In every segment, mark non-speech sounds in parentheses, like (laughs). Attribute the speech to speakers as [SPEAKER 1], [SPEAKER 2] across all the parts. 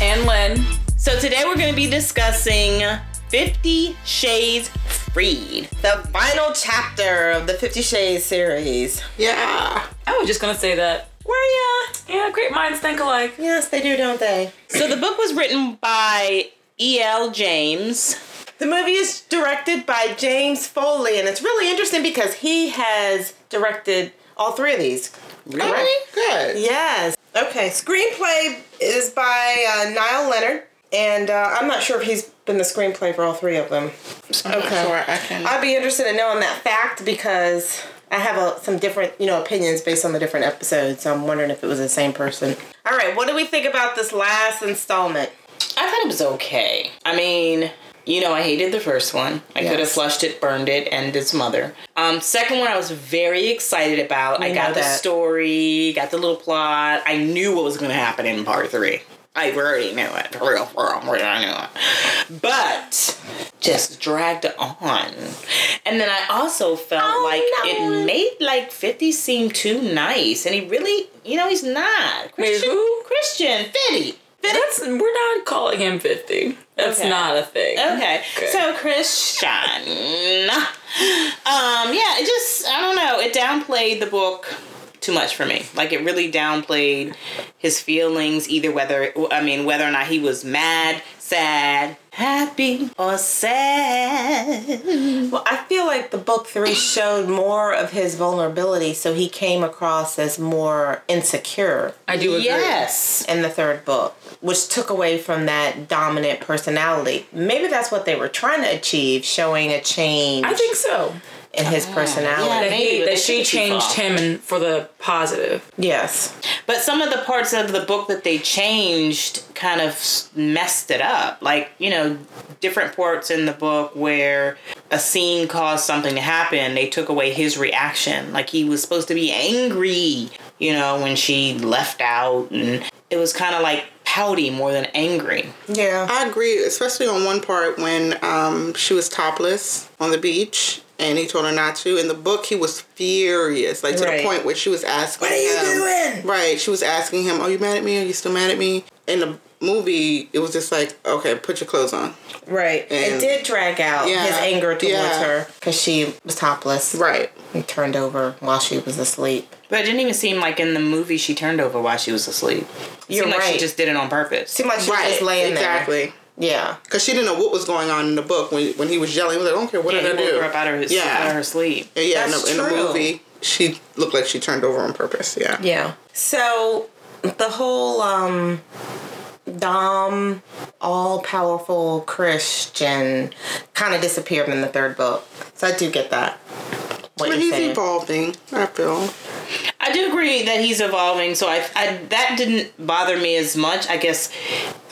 [SPEAKER 1] I'm Lynn. So today we're going to be discussing Fifty Shades Freed.
[SPEAKER 2] The final chapter of the Fifty Shades series. Yeah.
[SPEAKER 1] I was just going to say that.
[SPEAKER 2] Well,
[SPEAKER 1] Yeah, great minds think alike.
[SPEAKER 2] yeah. Yes, they do, don't they?
[SPEAKER 1] So the book was written by E.L. James.
[SPEAKER 2] The movie is directed by James Foley, and it's really interesting because he has directed all three of these. Correct?
[SPEAKER 3] Good.
[SPEAKER 2] Yes. Okay. Screenplay is by uh, Niall Leonard, and uh, I'm not sure if he's been the screenplay for all three of them.
[SPEAKER 3] I'm
[SPEAKER 2] Okay.
[SPEAKER 3] Sure, I can.
[SPEAKER 2] I'd be interested in knowing that fact because I have a, some different, you know, opinions based on the different episodes. So I'm wondering if it was the same person. All right, what do we think about this last installment?
[SPEAKER 1] I thought it was okay. I mean, you know, I hated the first one. I could have
[SPEAKER 3] Yes.
[SPEAKER 1] flushed it, burned it, and its mother. Um, second one, I was very excited about. I
[SPEAKER 2] know
[SPEAKER 1] got the
[SPEAKER 2] that.
[SPEAKER 1] story, got the little plot. I knew what was going to happen in part three. I already knew it. For real, for real, for real, I knew it. But just dragged on. And then I also felt like
[SPEAKER 2] Oh, no.
[SPEAKER 1] it made like 50 seem too nice. And he really, you know, he's not. Christian,
[SPEAKER 4] who?
[SPEAKER 1] Christian, 50.
[SPEAKER 4] That's we're not calling him fifty. That's
[SPEAKER 1] Okay.
[SPEAKER 4] not a thing.
[SPEAKER 1] Okay.
[SPEAKER 4] Okay.
[SPEAKER 1] So Christian. Um, yeah, it just I don't know, it downplayed the book too much for me. Like it really downplayed his feelings, either whether I mean whether or not he was mad, sad, happy, or sad.
[SPEAKER 2] Well, I feel like the book three showed more of his vulnerability, so he came across as more insecure
[SPEAKER 4] I do agree.
[SPEAKER 1] Yes.
[SPEAKER 2] in the third book, which took away from that dominant personality. Maybe that's what they were trying to achieve, showing a change
[SPEAKER 4] I think so.
[SPEAKER 2] in his personality.
[SPEAKER 4] That,
[SPEAKER 1] Maybe,
[SPEAKER 4] he,
[SPEAKER 1] but
[SPEAKER 4] that
[SPEAKER 1] they
[SPEAKER 4] she
[SPEAKER 1] took it too
[SPEAKER 4] changed
[SPEAKER 1] far.
[SPEAKER 4] him and for the positive.
[SPEAKER 2] Yes.
[SPEAKER 1] But some of the parts of the book that they changed kind of s- messed it up. Like, you know, different parts in the book where a scene caused something to happen, they took away his reaction. Like, he was supposed to be angry, you know, when she left out. And it was kind of like pouty more than angry.
[SPEAKER 2] Yeah.
[SPEAKER 3] I agree, especially on one part when um, she was topless on the beach and he told her not to. In the book, he was furious, like to
[SPEAKER 2] Right.
[SPEAKER 3] the point where she was asking,
[SPEAKER 2] What are you
[SPEAKER 3] him-
[SPEAKER 2] doing?
[SPEAKER 3] Right, she was asking him, "Are you mad at me? Are you still mad at me?" In the movie, it was just like, "Okay, put your clothes on."
[SPEAKER 2] Right. it
[SPEAKER 3] And-
[SPEAKER 2] did drag out
[SPEAKER 3] Yeah.
[SPEAKER 2] his anger towards
[SPEAKER 3] Yeah.
[SPEAKER 2] her because she was topless
[SPEAKER 3] Right.
[SPEAKER 2] and turned over while she was asleep.
[SPEAKER 1] But it didn't even seem like in the movie she turned over while she was asleep. It
[SPEAKER 2] You're
[SPEAKER 1] seemed like she
[SPEAKER 2] right.
[SPEAKER 1] just did it on purpose.
[SPEAKER 2] Seemed like she
[SPEAKER 3] Right.
[SPEAKER 2] was just laying
[SPEAKER 3] exactly.
[SPEAKER 2] there. Yeah.
[SPEAKER 3] Because she didn't know what was going on in the book when when he was yelling. He was like, "I don't care what
[SPEAKER 1] Yeah, he
[SPEAKER 3] did I
[SPEAKER 1] woke
[SPEAKER 3] do."
[SPEAKER 1] her up out of, his,
[SPEAKER 3] Yeah.
[SPEAKER 1] out of her sleep.
[SPEAKER 3] And yeah, in
[SPEAKER 2] That's
[SPEAKER 3] the, in the
[SPEAKER 2] true.
[SPEAKER 3] movie, she looked like she turned over on purpose. Yeah.
[SPEAKER 2] Yeah. So the whole um Dom all powerful Christian kind of disappeared in the third book. So I do get that. What
[SPEAKER 3] But
[SPEAKER 2] you're
[SPEAKER 3] he's
[SPEAKER 2] saying.
[SPEAKER 3] evolving. I feel.
[SPEAKER 1] I do agree that he's evolving, so I, I that didn't bother me as much. I guess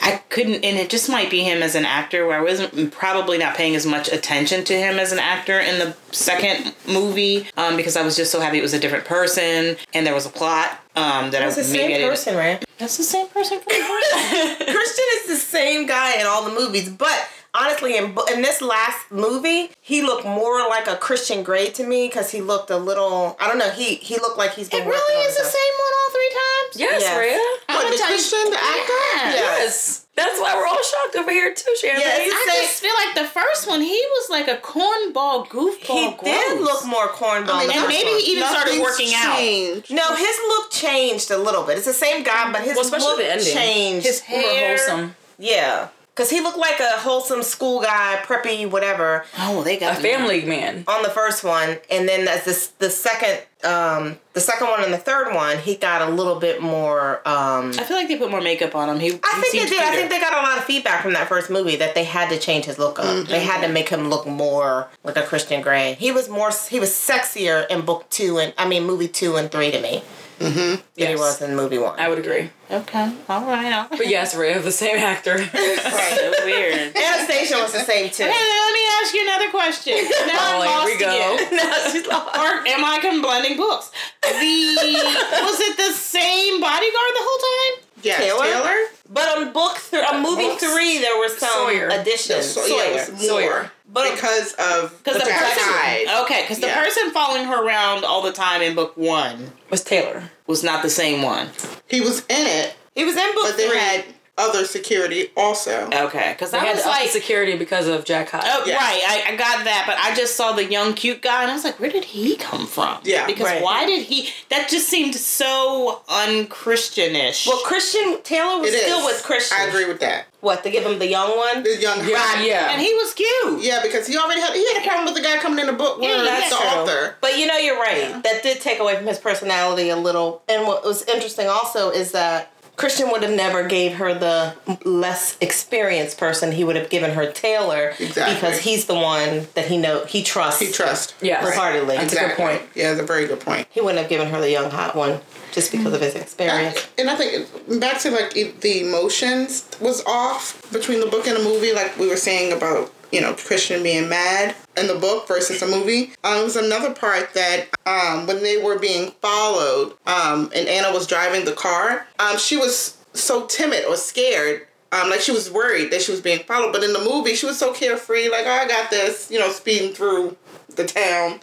[SPEAKER 1] I couldn't, and it just might be him as an actor, where I wasn't probably not paying as much attention to him as an actor in the second movie, um, because I was just so happy it was a different person and there was a plot. Um, that
[SPEAKER 2] It's
[SPEAKER 1] I
[SPEAKER 2] the
[SPEAKER 1] maybe I
[SPEAKER 2] same
[SPEAKER 1] didn't-
[SPEAKER 2] person,
[SPEAKER 1] (laughs)
[SPEAKER 2] right?
[SPEAKER 1] That's the same person from (laughs) the first.
[SPEAKER 2] Christian is the same guy in all the movies, but honestly, in, bo- in this last movie, he looked more like a Christian Grey to me because he looked a little. I don't know. He he looked like he's. Been
[SPEAKER 1] it
[SPEAKER 2] working
[SPEAKER 1] really
[SPEAKER 2] on
[SPEAKER 1] is the
[SPEAKER 2] himself.
[SPEAKER 1] same one all three times.
[SPEAKER 4] Yes,
[SPEAKER 2] Yes.
[SPEAKER 4] Rhea.
[SPEAKER 3] But the Christian, the actor.
[SPEAKER 1] Yeah.
[SPEAKER 4] Yes. That's why we're all shocked over here too, Shannon.
[SPEAKER 2] Yeah, it's
[SPEAKER 1] I
[SPEAKER 2] the same-
[SPEAKER 1] just feel like the first one, he was like a cornball
[SPEAKER 2] He
[SPEAKER 1] goofball.
[SPEAKER 2] did
[SPEAKER 1] gross.
[SPEAKER 2] look more cornball.
[SPEAKER 3] I mean,
[SPEAKER 2] than
[SPEAKER 1] and
[SPEAKER 2] the
[SPEAKER 1] maybe
[SPEAKER 2] first
[SPEAKER 1] he even started
[SPEAKER 3] Nothing's
[SPEAKER 1] working out.
[SPEAKER 3] changed.
[SPEAKER 2] one. No, his look changed a little bit. It's the same guy, but his
[SPEAKER 4] Well, especially
[SPEAKER 2] look
[SPEAKER 4] the ending.
[SPEAKER 2] changed.
[SPEAKER 1] His
[SPEAKER 4] More
[SPEAKER 1] hair.
[SPEAKER 4] wholesome.
[SPEAKER 2] yeah, because he looked like a wholesome school guy, preppy, whatever,
[SPEAKER 1] Oh, they
[SPEAKER 4] A
[SPEAKER 1] got
[SPEAKER 4] family man.
[SPEAKER 2] on the first one, and then as this the second, um, the second one and the third one, he got a little bit more. Um,
[SPEAKER 1] I feel like they put more makeup on him. He,
[SPEAKER 2] I think they did. I think they got a lot of feedback from that first movie that they had to change his look up. They had to make him look more like a Christian Grey. He was more. He was sexier in book two and I mean movie two and three to me. Mm-hmm. Than he
[SPEAKER 4] Yes.
[SPEAKER 2] was in movie one.
[SPEAKER 4] I would agree.
[SPEAKER 1] Okay, all right.
[SPEAKER 4] (laughs)
[SPEAKER 1] All right.
[SPEAKER 4] But yes, Rhea, the
[SPEAKER 1] (laughs)
[SPEAKER 4] same actor.
[SPEAKER 1] so weird. Hey,
[SPEAKER 2] Anastasia was the same too.
[SPEAKER 1] let me ask you another question. Now I'm
[SPEAKER 4] Oh,
[SPEAKER 1] lost
[SPEAKER 4] here we go.
[SPEAKER 1] again. (laughs) Or am I com- blending books? The was it the same bodyguard the whole time?
[SPEAKER 3] Yes,
[SPEAKER 2] Taylor?
[SPEAKER 3] Taylor.
[SPEAKER 2] But on book three, on movie
[SPEAKER 4] Books.
[SPEAKER 2] three, there were some Uh,
[SPEAKER 4] Sawyer.
[SPEAKER 2] additions.
[SPEAKER 3] So,
[SPEAKER 2] Sawyer.
[SPEAKER 3] yeah, it was more
[SPEAKER 4] Sawyer.
[SPEAKER 2] But-
[SPEAKER 3] because of
[SPEAKER 1] Because the, Oh.
[SPEAKER 3] black
[SPEAKER 1] person,
[SPEAKER 3] eye.
[SPEAKER 1] okay, because the
[SPEAKER 3] Yeah.
[SPEAKER 1] person following her around all the time in book one
[SPEAKER 4] was Taylor.
[SPEAKER 1] was not the same one.
[SPEAKER 3] He was in it,
[SPEAKER 2] He was in book
[SPEAKER 3] but they
[SPEAKER 2] three.
[SPEAKER 3] had other security also.
[SPEAKER 1] Okay, because
[SPEAKER 4] They
[SPEAKER 1] I
[SPEAKER 4] had
[SPEAKER 1] was
[SPEAKER 4] to up the
[SPEAKER 1] like,
[SPEAKER 4] security because of Jack Hyde.
[SPEAKER 1] oh
[SPEAKER 3] Yeah.
[SPEAKER 1] right, I, I got that, but I just saw the young cute guy, and I was like, where did he come from?
[SPEAKER 3] Yeah,
[SPEAKER 1] because
[SPEAKER 2] right.
[SPEAKER 1] why did he? That just seemed so unchristianish.
[SPEAKER 2] Well, Christian Taylor was
[SPEAKER 3] It is.
[SPEAKER 2] still with Christian.
[SPEAKER 3] I agree with that.
[SPEAKER 2] What to give him the young one?
[SPEAKER 3] The young
[SPEAKER 4] yeah, yeah.
[SPEAKER 1] and he was cute.
[SPEAKER 3] Yeah, because he already had he had a problem with the guy coming in the book with
[SPEAKER 1] Yeah, that's
[SPEAKER 3] the
[SPEAKER 1] true.
[SPEAKER 3] author.
[SPEAKER 2] But you know, you're right. That did take away from his personality a little. And what was interesting also is that Christian would have never gave her the less experienced person. He would have given her Taylor
[SPEAKER 3] Exactly.
[SPEAKER 2] because he's the one that he know he trusts.
[SPEAKER 3] He trust.
[SPEAKER 4] Yes.
[SPEAKER 2] wholeheartedly.
[SPEAKER 4] That's a good
[SPEAKER 3] Exactly.
[SPEAKER 4] point.
[SPEAKER 3] Yeah, that's a very good point.
[SPEAKER 2] He wouldn't have given her the young hot one just because of his experience.
[SPEAKER 3] And I think it- back to like it- the emotions was off between the book and the movie, like we were saying about you know Christian being mad in the book versus the movie. Um, it was another part that um, when they were being followed, um, and Anna was driving the car, um, she was so timid or scared. Um, like she was worried that she was being followed, but in the movie she was so carefree, like oh, I got this, you know, speeding through the town,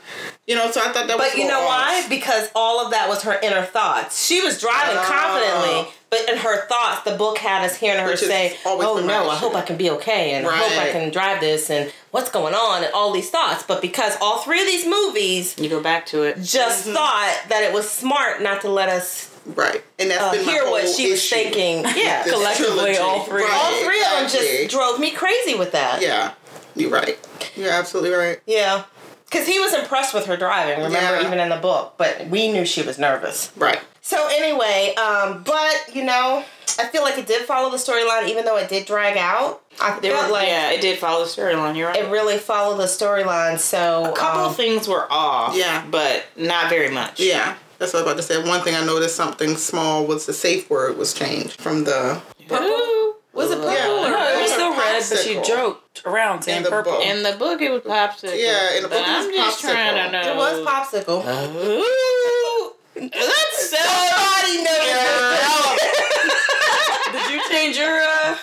[SPEAKER 3] you know. So I thought that was.
[SPEAKER 2] But you
[SPEAKER 3] a
[SPEAKER 2] know
[SPEAKER 3] little off.
[SPEAKER 2] why? Because all of that was her inner thoughts. She was driving
[SPEAKER 3] Oh.
[SPEAKER 2] confidently, but in her thoughts, the book had us hearing her
[SPEAKER 3] Which is
[SPEAKER 2] say,
[SPEAKER 3] always
[SPEAKER 2] "Oh
[SPEAKER 3] the
[SPEAKER 2] no, I
[SPEAKER 3] mindset.
[SPEAKER 2] hope I can be okay, and I hope I
[SPEAKER 3] Right.
[SPEAKER 2] can drive this, and what's going on, and all these thoughts." But because all three of these movies
[SPEAKER 1] You go back to it.
[SPEAKER 2] just
[SPEAKER 3] Mm-hmm.
[SPEAKER 2] thought that it was smart not to let us
[SPEAKER 3] Right, and that's
[SPEAKER 2] uh,
[SPEAKER 3] been my
[SPEAKER 2] hear what
[SPEAKER 3] whole
[SPEAKER 2] she was
[SPEAKER 3] issue. (laughs)
[SPEAKER 2] thinking. Yeah,
[SPEAKER 3] This
[SPEAKER 4] Collectively,
[SPEAKER 3] trilogy.
[SPEAKER 4] all three.
[SPEAKER 3] Right,
[SPEAKER 2] all three of them
[SPEAKER 3] exactly.
[SPEAKER 2] just drove me crazy with that.
[SPEAKER 3] Yeah, you're right. You're absolutely right.
[SPEAKER 2] yeah. Because he was impressed with her driving, remember,
[SPEAKER 3] Yeah.
[SPEAKER 2] even in the book. But we knew she was nervous.
[SPEAKER 3] Right.
[SPEAKER 2] So anyway, um, but you know, I feel like it did follow the storyline, even though it did drag out. I
[SPEAKER 1] They
[SPEAKER 2] felt
[SPEAKER 1] were-
[SPEAKER 2] like
[SPEAKER 1] yeah, it did follow the storyline. You're right.
[SPEAKER 2] it really followed the storyline. So
[SPEAKER 1] a couple
[SPEAKER 2] um,
[SPEAKER 1] of things were off.
[SPEAKER 3] Yeah.
[SPEAKER 1] but not very much.
[SPEAKER 3] Yeah, that's what I was about to say. One thing I noticed something small was the safe word was changed from the
[SPEAKER 1] Purple
[SPEAKER 2] was it purple?
[SPEAKER 3] Yeah.
[SPEAKER 2] or-
[SPEAKER 4] No, it was
[SPEAKER 3] Or
[SPEAKER 4] still red, but she
[SPEAKER 3] popsicle.
[SPEAKER 4] joked around saying
[SPEAKER 3] In the
[SPEAKER 4] purple.
[SPEAKER 3] book.
[SPEAKER 1] in the book. It was popsicle.
[SPEAKER 3] Yeah, in the book
[SPEAKER 1] But
[SPEAKER 3] it was
[SPEAKER 1] I'm just
[SPEAKER 3] popsicle.
[SPEAKER 1] trying to know.
[SPEAKER 2] It was popsicle.
[SPEAKER 1] Uh-huh. Ooh, that's so.
[SPEAKER 2] Nobody (laughs) knows.
[SPEAKER 4] Did you change your uh,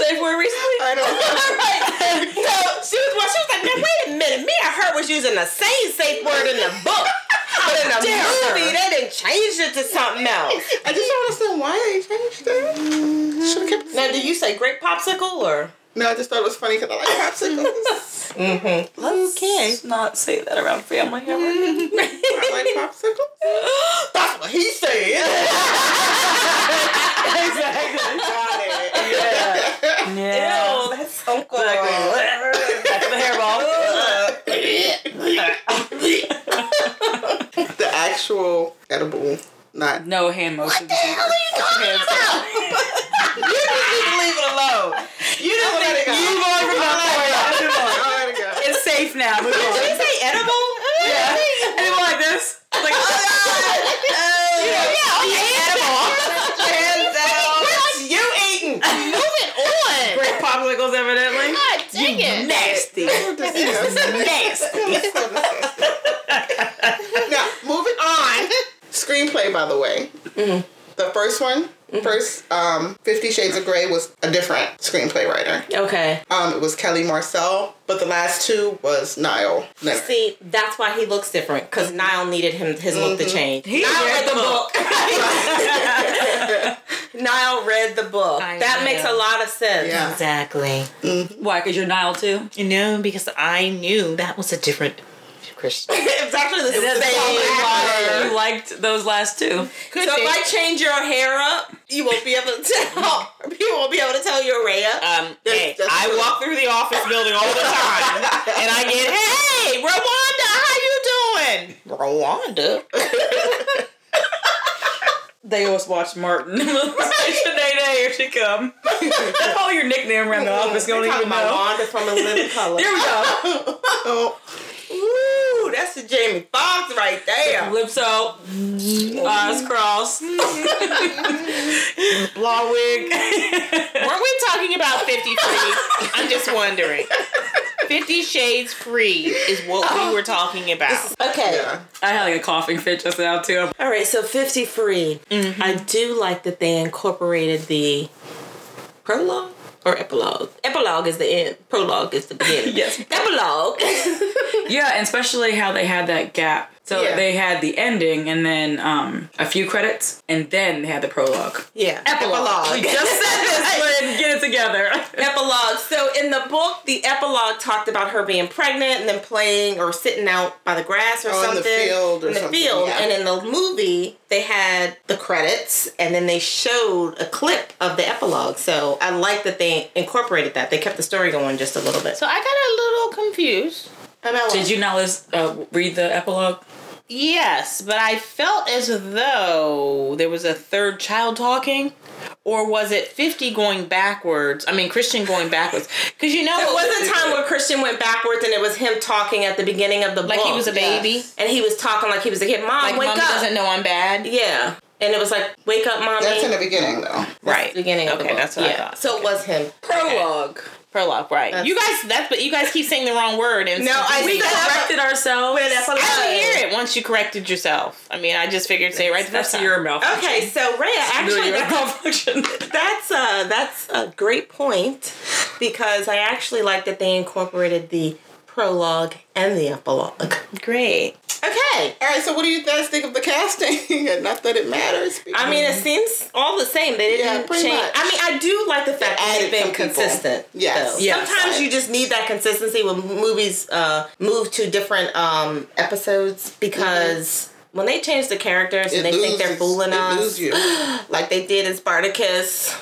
[SPEAKER 4] safe word recently?
[SPEAKER 3] I don't.
[SPEAKER 2] Right. So she was well, she was like, now wait a minute, me and her was using the same safe word in the (laughs) book. But in the
[SPEAKER 4] dare her.
[SPEAKER 2] movie, they didn't change it to something else.
[SPEAKER 3] (laughs) I just don't understand why they changed it. Should have kept. It.
[SPEAKER 2] Now, do you say grape popsicle (laughs) or?
[SPEAKER 3] No, I just thought it was funny because I like popsicles.
[SPEAKER 1] Okay.
[SPEAKER 4] Let's not say that around family. ever.
[SPEAKER 3] I like popsicles.
[SPEAKER 2] That's what he said.
[SPEAKER 3] Got it.
[SPEAKER 1] Yeah.
[SPEAKER 2] Ew, that's so cool.
[SPEAKER 4] the
[SPEAKER 3] (laughs)
[SPEAKER 4] hairball.
[SPEAKER 3] The actual edible, not
[SPEAKER 4] No hand motions.
[SPEAKER 2] Leave it alone. You don't
[SPEAKER 3] let
[SPEAKER 2] think
[SPEAKER 3] it Oh, go.
[SPEAKER 2] you want to
[SPEAKER 3] Oh, there we go.
[SPEAKER 4] (laughs) It's safe now. Move on.
[SPEAKER 2] Did you say edible? (laughs)
[SPEAKER 4] Yeah. And it went like this. Like,
[SPEAKER 2] Yeah, okay, edible. Hands down. You eating
[SPEAKER 4] great popsicles, evidently.
[SPEAKER 1] God dang it.
[SPEAKER 4] Nasty.
[SPEAKER 3] (laughs)
[SPEAKER 4] Nasty.
[SPEAKER 3] now moving on screenplay by the way
[SPEAKER 2] Mm-hmm.
[SPEAKER 3] the first one first um, 50 shades of gray was a different screenplay writer
[SPEAKER 2] Okay.
[SPEAKER 3] um, it was kelly marcel but the last two was niall Leonard.
[SPEAKER 2] See, that's why he looks different because Niall needed him his look to change.
[SPEAKER 4] Mm-hmm. He
[SPEAKER 2] Niall
[SPEAKER 4] read the
[SPEAKER 2] (laughs) Niall read the book.
[SPEAKER 1] I
[SPEAKER 2] that
[SPEAKER 1] know.
[SPEAKER 2] makes a lot of sense.
[SPEAKER 3] yeah
[SPEAKER 1] Exactly.
[SPEAKER 4] Why? Because you're Nile too?
[SPEAKER 1] You know, because I knew that was a different Christian.
[SPEAKER 2] (laughs) it's actually the
[SPEAKER 4] That's probably why
[SPEAKER 2] same.
[SPEAKER 4] you liked those last
[SPEAKER 2] So
[SPEAKER 4] two.
[SPEAKER 2] if I change your hair up, you won't be able to tell. (laughs) You won't be able to tell your Rhea.
[SPEAKER 4] Uh,
[SPEAKER 1] Um, hey,
[SPEAKER 3] that's
[SPEAKER 1] I
[SPEAKER 3] true.
[SPEAKER 1] walk through the office building all the
[SPEAKER 2] (laughs)
[SPEAKER 1] time, and I get, "Hey, Rwanda, how you doing?" Rwanda.
[SPEAKER 4] (laughs) They always watch Martin. Station Day Day, here she come. That's probably your nickname around the office. You don't
[SPEAKER 2] Talking
[SPEAKER 4] even
[SPEAKER 2] about
[SPEAKER 4] know.
[SPEAKER 2] Wanda from a
[SPEAKER 4] (laughs)
[SPEAKER 2] living color.
[SPEAKER 4] There we go.
[SPEAKER 3] oh
[SPEAKER 2] Ooh, that's the Jamie Foxx right there.
[SPEAKER 4] Lips out, eyes crossed.
[SPEAKER 1] (laughs) Law wig. Weren't we talking about Fifty Free? I'm just wondering. Fifty Shades Free is what
[SPEAKER 2] Oh.
[SPEAKER 1] we were talking about.
[SPEAKER 2] Okay.
[SPEAKER 3] yeah
[SPEAKER 4] I had like a coughing fit just now too.
[SPEAKER 2] All right, so 50 free.
[SPEAKER 3] Mm-hmm.
[SPEAKER 2] I do like that they incorporated the prologue or epilogue. Epilogue is the end, prologue is the
[SPEAKER 3] (laughs)
[SPEAKER 2] beginning.
[SPEAKER 4] Yes.
[SPEAKER 2] Epilogue.
[SPEAKER 4] Yeah, and especially how they had that gap. So
[SPEAKER 3] Yeah.
[SPEAKER 4] they had the ending and then um, a few credits, and then they had the prologue.
[SPEAKER 2] yeah.
[SPEAKER 4] Epilogue. We just said this,
[SPEAKER 2] (laughs) epilogue. So in the book, the epilogue talked about her being pregnant and then playing or sitting out by the grass or
[SPEAKER 3] Oh, in
[SPEAKER 2] something
[SPEAKER 3] the field or
[SPEAKER 2] in the
[SPEAKER 3] something,
[SPEAKER 2] field.
[SPEAKER 3] yeah.
[SPEAKER 2] And in the movie, they had the credits and then they showed a clip of the epilogue. So I like that they incorporated that. They kept the story going just a little bit.
[SPEAKER 1] So I got a little confused.
[SPEAKER 2] About
[SPEAKER 4] Did you not list, uh, read the epilogue?
[SPEAKER 1] Yes, but I felt as though there was a third child talking. Or was it 50 going backwards? I mean, Christian going backwards. Because you know,
[SPEAKER 2] There was a time where Christian went backwards and it was him talking at the beginning of the
[SPEAKER 1] like
[SPEAKER 2] book.
[SPEAKER 1] he was a baby.
[SPEAKER 3] yes.
[SPEAKER 2] and he was talking like he was a kid. Mom,
[SPEAKER 1] Like,
[SPEAKER 2] wake
[SPEAKER 1] mommy
[SPEAKER 2] up.
[SPEAKER 1] doesn't know I'm bad.
[SPEAKER 2] Yeah. And it was like, wake up, mommy.
[SPEAKER 3] That's in the beginning, though.
[SPEAKER 1] Right.
[SPEAKER 2] beginning
[SPEAKER 1] Okay,
[SPEAKER 2] of the book.
[SPEAKER 1] that's what
[SPEAKER 2] yeah.
[SPEAKER 1] I thought.
[SPEAKER 2] So it was him.
[SPEAKER 4] Prologue.
[SPEAKER 1] Prologue, right. you guys, that's but you guys keep saying the wrong word. And
[SPEAKER 2] No, I
[SPEAKER 4] We
[SPEAKER 2] think that's
[SPEAKER 4] corrected ourselves.
[SPEAKER 1] I didn't hear it once you corrected yourself. I mean, I just figured say it right the first
[SPEAKER 4] That's
[SPEAKER 1] time.
[SPEAKER 4] your mouth.
[SPEAKER 2] Okay, so Rhea, actually,
[SPEAKER 4] Really, (laughs) your
[SPEAKER 2] that-
[SPEAKER 4] malfunction.
[SPEAKER 2] that's a that's a great point because I actually like that they incorporated the prologue and the epilogue.
[SPEAKER 1] Great.
[SPEAKER 2] Okay,
[SPEAKER 3] All right, so what do you guys think of the casting? (laughs) Not that it matters.
[SPEAKER 2] I mean, it seems all the same. They
[SPEAKER 3] Mm-hmm. Yeah,
[SPEAKER 2] didn't
[SPEAKER 3] pretty
[SPEAKER 2] change.
[SPEAKER 3] much.
[SPEAKER 2] I mean, I do like the fact that they've
[SPEAKER 3] added
[SPEAKER 2] been
[SPEAKER 3] some people.
[SPEAKER 2] consistent.
[SPEAKER 3] Yes.
[SPEAKER 2] though.
[SPEAKER 4] Yes.
[SPEAKER 2] Sometimes you just need that consistency when movies uh, move to different um, episodes because when they change the characters and they think they're
[SPEAKER 3] loses-
[SPEAKER 2] fooling
[SPEAKER 3] Mm-hmm. it
[SPEAKER 2] us,
[SPEAKER 3] lose you.
[SPEAKER 2] (gasps) like they did in Spartacus.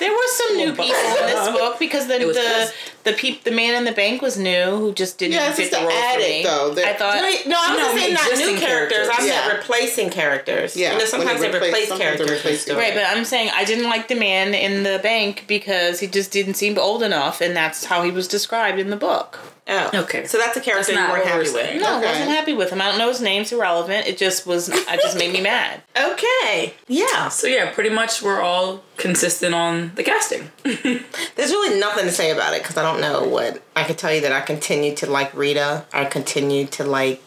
[SPEAKER 1] There were some new people in this book because the
[SPEAKER 4] was
[SPEAKER 1] the
[SPEAKER 4] best.
[SPEAKER 1] the, peep, the man in the bank was new who just didn't
[SPEAKER 3] Yeah, it's
[SPEAKER 1] fit
[SPEAKER 3] just
[SPEAKER 1] the
[SPEAKER 3] the
[SPEAKER 1] role for
[SPEAKER 3] added,
[SPEAKER 1] me.
[SPEAKER 3] though. They're-
[SPEAKER 1] I thought
[SPEAKER 2] Right, no, I was
[SPEAKER 4] No,
[SPEAKER 2] just saying not
[SPEAKER 4] existing
[SPEAKER 2] new characters. I
[SPEAKER 4] characters.
[SPEAKER 2] meant
[SPEAKER 3] Yeah.
[SPEAKER 2] replacing characters.
[SPEAKER 3] Yeah,
[SPEAKER 2] You know,
[SPEAKER 3] when they
[SPEAKER 2] sometimes they
[SPEAKER 3] replace-
[SPEAKER 2] replace,
[SPEAKER 3] sometimes they
[SPEAKER 2] characters.
[SPEAKER 3] replace
[SPEAKER 2] in stories.
[SPEAKER 1] Right, but I'm saying I didn't like the man in the bank because he just didn't seem old enough, and that's how he was described in the book.
[SPEAKER 2] Oh.
[SPEAKER 4] Okay.
[SPEAKER 2] So that's a character
[SPEAKER 4] not
[SPEAKER 2] you weren't
[SPEAKER 4] what we're
[SPEAKER 2] happy with.
[SPEAKER 4] saying.
[SPEAKER 1] No,
[SPEAKER 3] Okay.
[SPEAKER 1] I wasn't happy with him. I don't know his name's irrelevant. It just was. I just made me mad.
[SPEAKER 2] Okay. Yeah.
[SPEAKER 4] So yeah, pretty much we're all consistent on the casting.
[SPEAKER 2] There's really nothing to say about it because I don't know what. I can tell you that I continue to like Rita. I continue to like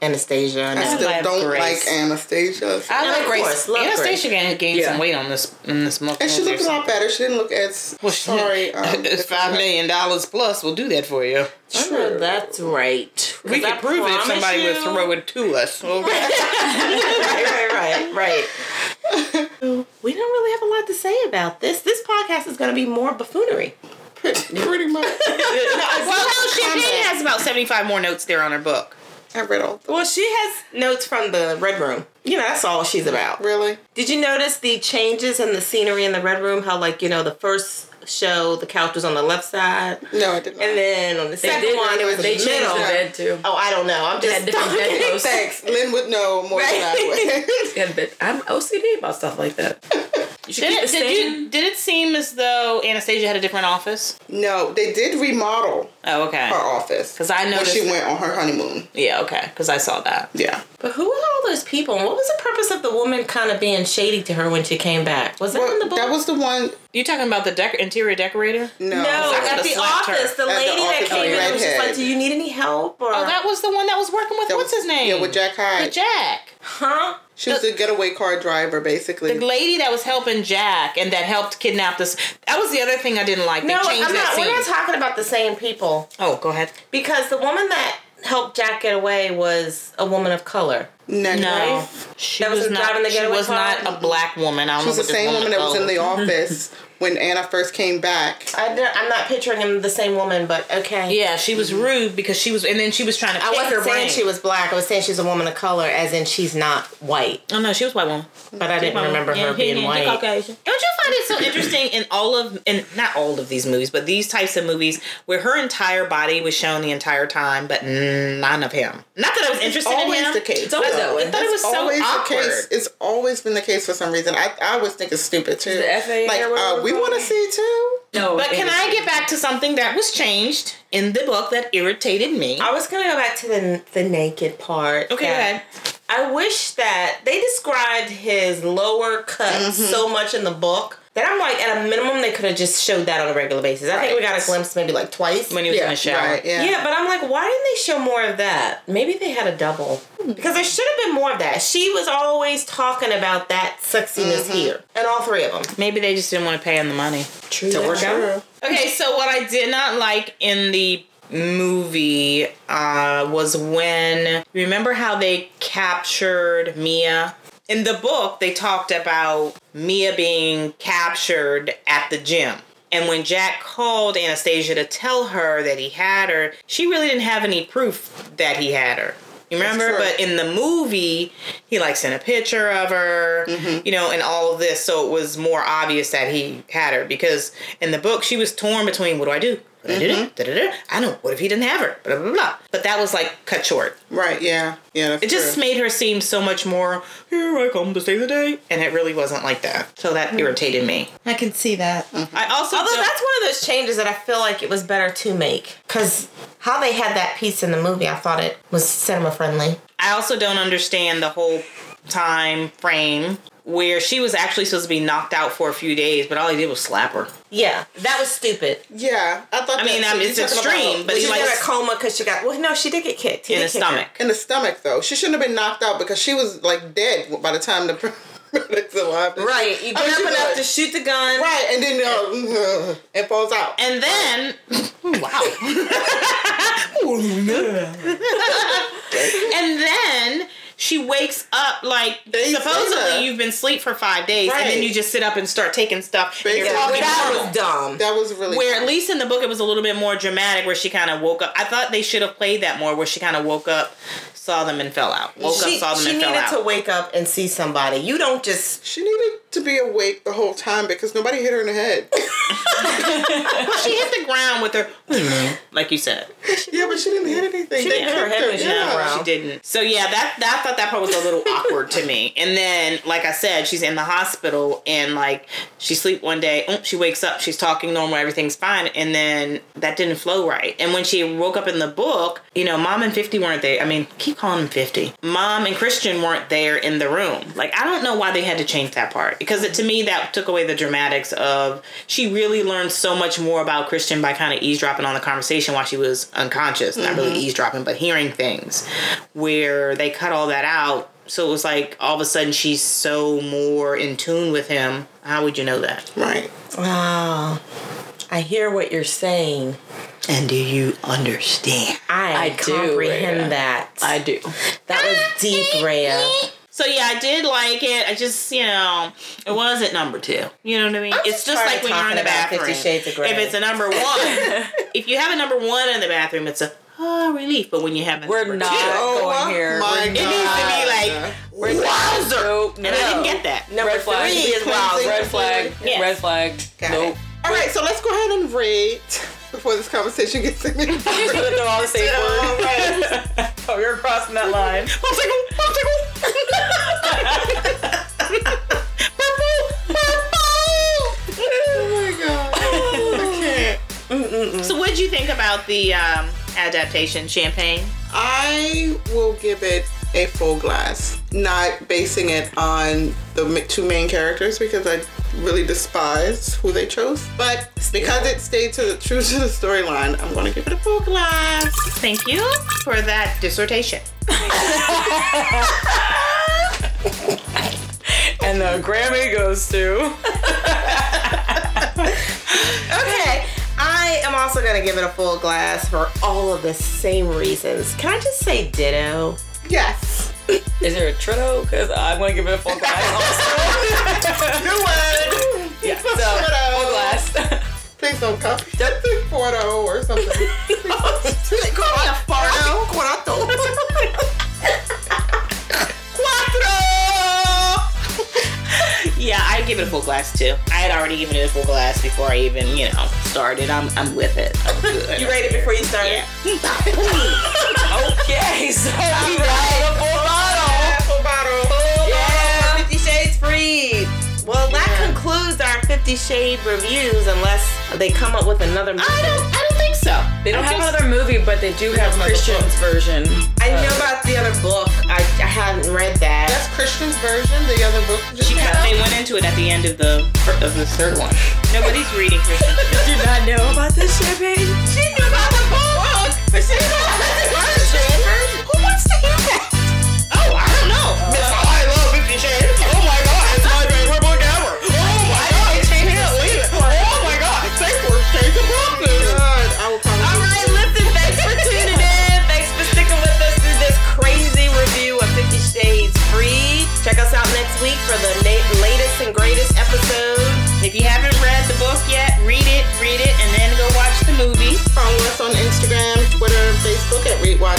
[SPEAKER 2] Anastasia. and-
[SPEAKER 3] I
[SPEAKER 1] I
[SPEAKER 3] still
[SPEAKER 1] love
[SPEAKER 3] don't
[SPEAKER 1] Grace.
[SPEAKER 3] like Anastasia.
[SPEAKER 1] I
[SPEAKER 2] No,
[SPEAKER 1] like
[SPEAKER 2] of
[SPEAKER 1] Grace.
[SPEAKER 2] course, love
[SPEAKER 1] Anastasia gained, gained
[SPEAKER 4] Yeah.
[SPEAKER 1] some weight on this in this month.
[SPEAKER 3] and she looked a lot better. She didn't look as sorry. Um,
[SPEAKER 1] It's five million dollars plus. We'll do that for you.
[SPEAKER 2] I
[SPEAKER 3] (laughs)
[SPEAKER 2] know that's right.
[SPEAKER 1] We can prove it if somebody would throw it to us.
[SPEAKER 2] (laughs) right, right, right, right. (laughs) we don't really have a lot to say about this. This podcast is going to be more buffoonery.
[SPEAKER 3] Pretty, pretty much.
[SPEAKER 1] well, no, she Jane has about seventy-five more notes there on her book.
[SPEAKER 3] I read all. The,
[SPEAKER 2] Well, she has notes from the Red Room. You know, that's all she's about.
[SPEAKER 3] really?
[SPEAKER 2] Did you notice the changes in the scenery in the Red Room? How, like, you know, the first show, the couch was on the left side.
[SPEAKER 3] No, I didn't.
[SPEAKER 2] And then on the second
[SPEAKER 4] did-
[SPEAKER 2] one, it was
[SPEAKER 4] They
[SPEAKER 2] the
[SPEAKER 4] changed
[SPEAKER 2] middle.
[SPEAKER 4] the bed too.
[SPEAKER 2] Oh, I don't know. I'm
[SPEAKER 4] They
[SPEAKER 2] just
[SPEAKER 4] had different bedposts.
[SPEAKER 3] Thanks. Lynn would know more than I would.
[SPEAKER 4] They had bed. I'm OCD about stuff like that. You should
[SPEAKER 1] Did
[SPEAKER 4] keep
[SPEAKER 1] it,
[SPEAKER 4] the
[SPEAKER 1] did,
[SPEAKER 4] same.
[SPEAKER 1] you, did it seem as though Anastasia had a different office?
[SPEAKER 3] (laughs) no, they did remodel
[SPEAKER 1] Oh, okay.
[SPEAKER 3] her office
[SPEAKER 1] 'Cause I
[SPEAKER 3] when
[SPEAKER 1] noticed-
[SPEAKER 3] she went on her honeymoon.
[SPEAKER 1] Yeah, okay. Because I saw that.
[SPEAKER 3] Yeah.
[SPEAKER 2] But who were all those people? And what was the purpose of the woman kind of being shady to her when she came back? Was that in the
[SPEAKER 3] Well,
[SPEAKER 2] book?
[SPEAKER 3] that was the one.
[SPEAKER 1] You talking about the dec- interior decorator?
[SPEAKER 2] no,
[SPEAKER 3] No.
[SPEAKER 2] uh,
[SPEAKER 1] I
[SPEAKER 2] at
[SPEAKER 1] would've
[SPEAKER 2] the
[SPEAKER 1] slapped her.
[SPEAKER 2] office, the
[SPEAKER 3] At the
[SPEAKER 2] lady
[SPEAKER 3] office,
[SPEAKER 2] that
[SPEAKER 3] the
[SPEAKER 2] came in was just
[SPEAKER 3] redhead.
[SPEAKER 2] like, "Do you need any help?" Or
[SPEAKER 1] Oh, that was the one that was working with
[SPEAKER 3] That
[SPEAKER 1] what's
[SPEAKER 3] was-
[SPEAKER 1] his name?
[SPEAKER 3] Yeah, with Jack Hyde.
[SPEAKER 1] With Jack.
[SPEAKER 2] huh?
[SPEAKER 3] she was the getaway car driver, basically.
[SPEAKER 1] The lady that was helping Jack and that helped kidnap this. That was the other thing I didn't like. They
[SPEAKER 2] No,
[SPEAKER 1] changed
[SPEAKER 2] I'm
[SPEAKER 1] that
[SPEAKER 2] not. We're not
[SPEAKER 1] scene.
[SPEAKER 2] talking about the same people
[SPEAKER 1] oh, go ahead.
[SPEAKER 2] because the woman that helped Jack get away was a woman of color.
[SPEAKER 3] no,
[SPEAKER 1] No,
[SPEAKER 3] right?
[SPEAKER 1] she
[SPEAKER 2] That
[SPEAKER 1] was,
[SPEAKER 2] was the
[SPEAKER 1] not.
[SPEAKER 2] driving the
[SPEAKER 1] she
[SPEAKER 2] getaway
[SPEAKER 1] was
[SPEAKER 2] car?
[SPEAKER 1] not a black woman. I don't
[SPEAKER 3] She's
[SPEAKER 1] know what
[SPEAKER 3] the
[SPEAKER 1] this
[SPEAKER 3] same woman that was in the
[SPEAKER 1] called.
[SPEAKER 3] office when Anna first came back.
[SPEAKER 2] I don't- I'm not picturing him the same woman, but okay.
[SPEAKER 1] Yeah, she was rude because she was, and then she was trying to.
[SPEAKER 2] I
[SPEAKER 1] pick her
[SPEAKER 2] wasn't saying
[SPEAKER 1] brain.
[SPEAKER 2] she was black. I was saying she's a woman of color, as in she's not white.
[SPEAKER 1] Oh no, she was white woman.
[SPEAKER 2] But I didn't remember her being white.
[SPEAKER 1] Caucasian. Don't you find it so interesting in all of in not all of these movies, but these types of movies where her entire body was shown the entire time, but none of him. Not that I was interested
[SPEAKER 3] always
[SPEAKER 1] in him.
[SPEAKER 3] the case.
[SPEAKER 4] It's always
[SPEAKER 3] though.
[SPEAKER 4] that way.
[SPEAKER 1] I thought it was so
[SPEAKER 3] always
[SPEAKER 1] awkward.
[SPEAKER 3] the case. It's always been the case for some reason. I, I always think it's stupid too.
[SPEAKER 4] The FAA
[SPEAKER 3] like
[SPEAKER 4] or whatever
[SPEAKER 3] uh, we
[SPEAKER 4] it's
[SPEAKER 3] want to
[SPEAKER 4] called.
[SPEAKER 3] see too.
[SPEAKER 4] No,
[SPEAKER 1] But
[SPEAKER 4] it
[SPEAKER 1] can
[SPEAKER 4] was-
[SPEAKER 1] I get back to something that was changed in the book that irritated me?
[SPEAKER 2] I was gonna go back to the the naked part.
[SPEAKER 1] Okay,
[SPEAKER 2] that-
[SPEAKER 1] go ahead.
[SPEAKER 2] I wish that they described his lower cut
[SPEAKER 1] Mm-hmm.
[SPEAKER 2] so much in the book that I'm like, at a minimum, they could have just showed that on a regular basis. I think we got a glimpse maybe like twice.
[SPEAKER 1] when he was in the shower.
[SPEAKER 3] Right, yeah.
[SPEAKER 2] yeah. but I'm like, why didn't they show more of that? Maybe they had a double.
[SPEAKER 1] Hmm.
[SPEAKER 2] Because there should have been more of that. She was always talking about that sexiness
[SPEAKER 1] Mm-hmm.
[SPEAKER 2] here. And all three of them.
[SPEAKER 1] Maybe they just didn't want to pay him the money.
[SPEAKER 2] True.
[SPEAKER 1] To
[SPEAKER 2] To
[SPEAKER 1] work
[SPEAKER 2] work
[SPEAKER 1] out?
[SPEAKER 2] out?
[SPEAKER 1] Okay, so what I did not like in the movie uh, was when remember how they captured Mia in the book. They talked about Mia being captured at the gym. And when Jack called Anastasia to tell her that he had her, she really didn't have any proof that he had her. You remember?
[SPEAKER 3] true.
[SPEAKER 1] But in the movie, he like sent a picture of her,
[SPEAKER 2] Mm-hmm.
[SPEAKER 1] you know, and all of this. So it was more obvious that he had her because in the book, she was torn between what do I do? What do I do?
[SPEAKER 2] Mm-hmm.
[SPEAKER 1] Da-da-da. I know. What if he didn't have her? Blah, blah, blah. But that was like cut short.
[SPEAKER 3] Right, yeah. Yeah, that's
[SPEAKER 1] It just
[SPEAKER 3] true.
[SPEAKER 1] made her seem so much more, here I come to save the day. And it really wasn't like that. So that irritated me.
[SPEAKER 5] I can see that.
[SPEAKER 1] I also
[SPEAKER 2] Mm-hmm. Although
[SPEAKER 1] don't-
[SPEAKER 2] Oh, that's one of those changes that I feel like it was better to make. Because how they had that piece in the movie, I thought it was cinema friendly.
[SPEAKER 1] I also don't understand the whole time frame where she was actually supposed to be knocked out for a few days, but all he did was slap her.
[SPEAKER 2] Yeah, that was stupid.
[SPEAKER 3] Yeah, I thought.
[SPEAKER 1] I mean,
[SPEAKER 3] that,
[SPEAKER 1] um,
[SPEAKER 3] you
[SPEAKER 1] it's
[SPEAKER 3] talking
[SPEAKER 1] extreme,
[SPEAKER 3] about-
[SPEAKER 1] but
[SPEAKER 2] She
[SPEAKER 1] he
[SPEAKER 2] was
[SPEAKER 1] likes-
[SPEAKER 2] in a coma because she got. Well, no, she did get kicked. He
[SPEAKER 1] in
[SPEAKER 2] did
[SPEAKER 1] the
[SPEAKER 2] kick her.
[SPEAKER 1] stomach.
[SPEAKER 3] in the stomach though. She shouldn't have been knocked out because she was like dead by the time the (laughs) paramedics arrived.
[SPEAKER 2] Right, you get
[SPEAKER 3] I mean,
[SPEAKER 2] up
[SPEAKER 3] she was
[SPEAKER 2] enough
[SPEAKER 3] like-
[SPEAKER 2] to shoot the gun.
[SPEAKER 3] Right, and then uh, (laughs) it falls out.
[SPEAKER 1] And then, wow. and then she wakes up like
[SPEAKER 3] Days later.
[SPEAKER 1] supposedly you've been asleep for five days, and
[SPEAKER 3] Right.
[SPEAKER 1] then you just sit up and start taking stuff. And
[SPEAKER 3] Basically.
[SPEAKER 1] you're
[SPEAKER 2] Yeah,
[SPEAKER 1] talking
[SPEAKER 2] that
[SPEAKER 1] normal.
[SPEAKER 2] was dumb.
[SPEAKER 3] that was really
[SPEAKER 1] Where at least in the book it was a little bit more dramatic, where she kind of woke up. I thought they should have played that more, where she kind of woke up, saw them and fell out. Woke
[SPEAKER 2] she
[SPEAKER 1] up, saw them
[SPEAKER 2] she
[SPEAKER 1] and
[SPEAKER 2] needed
[SPEAKER 1] fell out.
[SPEAKER 2] to wake up and see somebody. You don't just.
[SPEAKER 3] she needed to be awake the whole time because nobody hit her in the head.
[SPEAKER 1] she hit the ground with her, like you said.
[SPEAKER 3] yeah, but she didn't hit anything. She
[SPEAKER 2] didn't hit her head when she hit the ground.
[SPEAKER 1] She didn't. So yeah, that, that I thought that part was a little awkward to me. And then, like I said, she's in the hospital and like she sleep one day, oom, she wakes up, she's talking normal, everything's fine, and then that didn't flow right. And when she woke up in the book, you know, mom and Fifty weren't there. I mean, keep calling them Fifty. Mom and Christian weren't there in the room. Like I don't know why they had to change that part because it, to me that took away the dramatics of she really learned so much more about Christian by kind of eavesdropping on the conversation while she was unconscious. Not really eavesdropping, but hearing things where they cut all that out. So it was like all of a sudden she's so more in tune with him. How would you know that?
[SPEAKER 3] Right.
[SPEAKER 2] Wow. ah, I hear what you're saying.
[SPEAKER 1] And do you understand?
[SPEAKER 2] I,
[SPEAKER 4] I do,
[SPEAKER 2] comprehend
[SPEAKER 4] Rhea.
[SPEAKER 2] that.
[SPEAKER 4] I do.
[SPEAKER 2] that was
[SPEAKER 1] (laughs)
[SPEAKER 2] deep, Rhea.
[SPEAKER 1] So yeah, I did like it. I just you know it wasn't number two. You know what I mean? it's just
[SPEAKER 2] tired of
[SPEAKER 1] like when you're in
[SPEAKER 2] talking
[SPEAKER 1] the
[SPEAKER 2] about
[SPEAKER 1] bathroom.
[SPEAKER 2] Fifty Shades of Grey.
[SPEAKER 1] If it's a number one,
[SPEAKER 2] (laughs)
[SPEAKER 1] if you have a number one in the bathroom, it's a oh, relief. But when you have a
[SPEAKER 4] We're
[SPEAKER 1] number
[SPEAKER 4] not
[SPEAKER 1] two,
[SPEAKER 4] going here.
[SPEAKER 3] Oh my
[SPEAKER 4] We're
[SPEAKER 1] it
[SPEAKER 3] God.
[SPEAKER 1] needs to be like
[SPEAKER 4] We're not. Nope.
[SPEAKER 1] and I didn't get that.
[SPEAKER 2] Number
[SPEAKER 4] Red flag.
[SPEAKER 2] three is wild.
[SPEAKER 4] Red flag.
[SPEAKER 1] Yes.
[SPEAKER 4] Red flag.
[SPEAKER 3] Got
[SPEAKER 4] nope.
[SPEAKER 3] it. All right, so let's go ahead and rate before this conversation
[SPEAKER 4] (laughs)
[SPEAKER 3] gets.
[SPEAKER 4] Just gonna throw all the safe
[SPEAKER 3] All
[SPEAKER 4] words.
[SPEAKER 3] right. (laughs)
[SPEAKER 4] Oh, you're crossing that line.
[SPEAKER 1] Popsicle,
[SPEAKER 3] Oh my god. I can't.
[SPEAKER 1] popsicle. so what'd you think about the um, adaptation, Champagne?
[SPEAKER 3] I will give it a full glass, not basing it on the ma- two main characters because I really despise who they chose. But because it stayed to the, true to the storyline, I'm going to give it a full glass.
[SPEAKER 1] Thank you for that dissertation.
[SPEAKER 4] And the Grammy goes
[SPEAKER 2] (laughs)
[SPEAKER 4] to.
[SPEAKER 2] Okay. I am also gonna give it a full glass for all of the same reasons. Can I just say ditto?
[SPEAKER 3] Yes.
[SPEAKER 4] (laughs) Is there a tritto? Because I'm gonna give it a full glass. Also. New
[SPEAKER 3] (laughs)
[SPEAKER 4] word. Yeah. So full glass. (laughs)
[SPEAKER 3] Please don't copy. That's a photo or something.
[SPEAKER 2] (laughs) Fardo. Cuarto.
[SPEAKER 1] Yeah, I give it a full glass too. I had already given it a full glass before I even, you know, started. I'm, I'm with it. I'm good.
[SPEAKER 2] You rated before you started?
[SPEAKER 1] Yeah.
[SPEAKER 4] okay. So we got the full bottle.
[SPEAKER 3] Apple bottle.
[SPEAKER 4] Yeah.
[SPEAKER 2] Fifty Shades Freed. Well, that concludes our Fifty Shade reviews, unless they come up with another. Movie.
[SPEAKER 1] I don't, I don't think so.
[SPEAKER 4] They don't
[SPEAKER 1] I
[SPEAKER 4] have
[SPEAKER 1] just-
[SPEAKER 4] another movie, but they do have
[SPEAKER 3] another
[SPEAKER 4] Christian's version.
[SPEAKER 2] I know about the other book. I, I haven't read that.
[SPEAKER 3] That's Christian's version, the other book. Just
[SPEAKER 1] She cut, they went into it at the end of the of the third one. Nobody's reading Christian.
[SPEAKER 4] Did not know about this champagne.
[SPEAKER 2] She knew about the book, but she didn't know about the version. Who wants to hear that?
[SPEAKER 1] Oh, I don't know.
[SPEAKER 3] Oh, I love Fifty Shades. Oh my god, it's my favorite book ever. Oh my god, I can't leave it. Oh my god, thank you. Take a book. God, I will probably.
[SPEAKER 2] All right, listen. Thanks for tuning in. Thanks for sticking with us through this crazy review of Fifty Shades Free. Check us out next week for the na- latest and greatest episode.
[SPEAKER 1] If you haven't read the book yet, read it. movie.
[SPEAKER 3] Follow us on Instagram, Twitter, and Facebook at Read Watch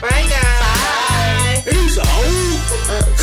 [SPEAKER 3] Bye, guys.
[SPEAKER 1] Bye.
[SPEAKER 5] He's old.
[SPEAKER 3] Uh,